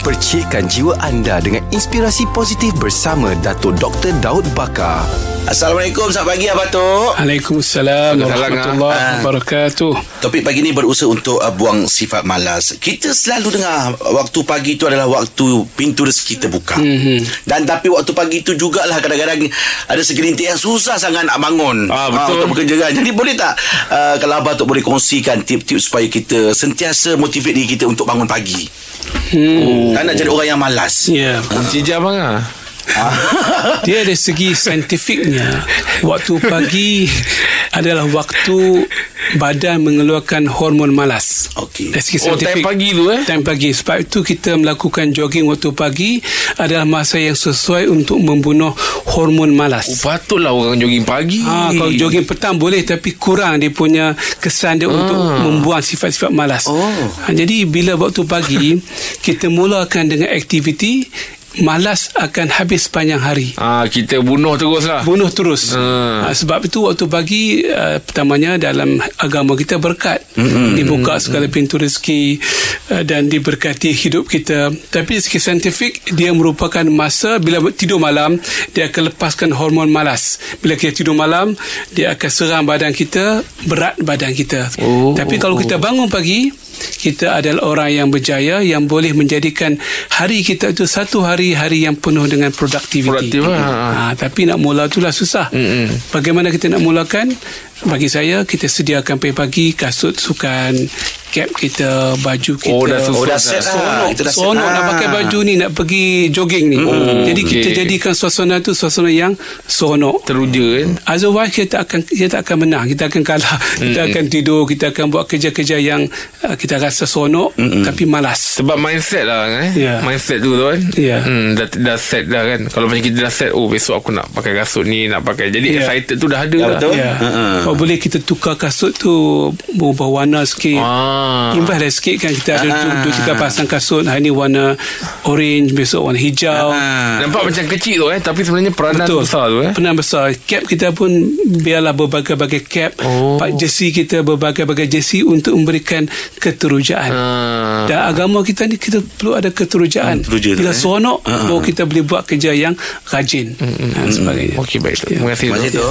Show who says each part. Speaker 1: Percikkan jiwa anda dengan inspirasi positif bersama Dato' Dr. Daud Bakar.
Speaker 2: Assalamualaikum Selamat pagi Abang Tok
Speaker 3: Waalaikumsalam warahmatullahi wabarakatuh.
Speaker 2: Topik pagi ni berusaha untuk uh, buang sifat malas Kita selalu dengar uh, Waktu pagi tu adalah waktu Pintu rezeki terbuka
Speaker 3: Mhm.
Speaker 2: mm-hmm. Dan tapi waktu pagi tu jugalah Kadang-kadang ada segelintir yang susah sangat nak bangun
Speaker 3: Ah, betul.
Speaker 2: Untuk bekerja kan Jadi boleh tak uh, Kalau Abang Tok boleh kongsikan Tip-tip supaya kita Sentiasa motivate diri kita Untuk bangun pagi hmm. Tak nak jadi orang yang malas
Speaker 3: Ya.
Speaker 4: Cik abang ah.
Speaker 3: Dia dari segi saintifiknya Waktu pagi Adalah waktu Badan mengeluarkan hormon malas
Speaker 2: Okey.
Speaker 3: Dari segi
Speaker 4: Oh, time
Speaker 3: saintifik
Speaker 4: pagi tu eh.
Speaker 3: Time pagi Sebab itu kita melakukan jogging waktu pagi Adalah masa yang sesuai Untuk membunuh hormon malas
Speaker 4: Oh, patutlah orang jogging pagi.
Speaker 3: Ah, kalau jogging petang boleh tapi kurang dia punya kesan dia untuk membuang sifat-sifat malas.
Speaker 2: Oh.
Speaker 3: Ah, jadi bila waktu pagi kita mulakan dengan aktiviti malas akan habis sepanjang hari.
Speaker 4: Ah, kita bunuh teruslah.
Speaker 3: Bunuh terus.
Speaker 4: Ah.
Speaker 3: Ah, sebab itu waktu pagi ah, pertamanya dalam agama kita berkat. Mm-hmm. Dibuka segala pintu rezeki ah, dan diberkati hidup kita. Tapi dari segi saintifik dia merupakan masa bila tidur malam dia akan lepaskan hormon malas. Bila kita tidur malam dia akan serang badan kita, berat badan kita.
Speaker 4: Oh.
Speaker 3: Tapi kalau kita bangun pagi kita adalah orang yang berjaya yang boleh menjadikan hari kita itu satu hari hari yang penuh dengan produktiviti.
Speaker 4: Produktif, ha, ha.
Speaker 3: Ha, tapi nak mula itulah susah.
Speaker 4: Mm-mm.
Speaker 3: Bagaimana kita nak mulakan? Bagi saya kita sediakan pagi-pagi kasut sukan, cap kita, baju kita.
Speaker 4: Oh, dah sesuai.
Speaker 2: Oh dah set lah Kita dah set
Speaker 3: Seronok nak
Speaker 2: Ah.
Speaker 3: pakai baju ni Nak pergi jogging ni hmm. Jadi kita
Speaker 4: okey.
Speaker 3: jadikan suasana tu Suasana yang seronok
Speaker 4: Teruja kan.
Speaker 3: Otherwise kita akan kita akan menang, kita akan kalah, kita akan tidur, kita akan buat kerja-kerja yang uh, kita rasa seronok Mm-mm. tapi malas.
Speaker 4: Sebab mindset lah kan eh?
Speaker 3: Ya.
Speaker 4: Mindset tu tu kan
Speaker 3: Ya.
Speaker 4: hmm, dah, dah set dah kan Kalau macam kita dah set Oh besok aku nak pakai kasut ni Nak pakai Jadi
Speaker 3: Ya.
Speaker 4: excited tu dah ada
Speaker 2: Ya,
Speaker 4: lah
Speaker 2: betul.
Speaker 3: Ya.
Speaker 2: Ha-ha.
Speaker 3: Kalau boleh kita tukar kasut tu berubah warna sikit.
Speaker 4: Ah.
Speaker 3: Invest lah sikit kan kita
Speaker 2: Ah.
Speaker 3: ada dua, dua tiga pasang kasut. Hari ni warna orange, besok warna hijau.
Speaker 2: Ah.
Speaker 4: Nampak macam kecil tu eh Tapi sebenarnya peranan
Speaker 3: Betul.
Speaker 4: besar tu eh
Speaker 3: Pernah besar. Cap kita pun biarlah berbagai-bagai cap.
Speaker 4: Oh.
Speaker 3: Pak jersey kita berbagai-bagai jersey untuk memberikan keterujaan.
Speaker 4: Ah.
Speaker 3: Dan agama kita ni kita perlu ada keterujaan.
Speaker 2: teruja tu, eh.
Speaker 3: Bila seronok baru kita boleh buat kerja yang rajin
Speaker 4: Hmm,
Speaker 3: dan sebagainya.
Speaker 4: Okey baik tu Terima kasih
Speaker 2: Macam
Speaker 4: tu
Speaker 2: tu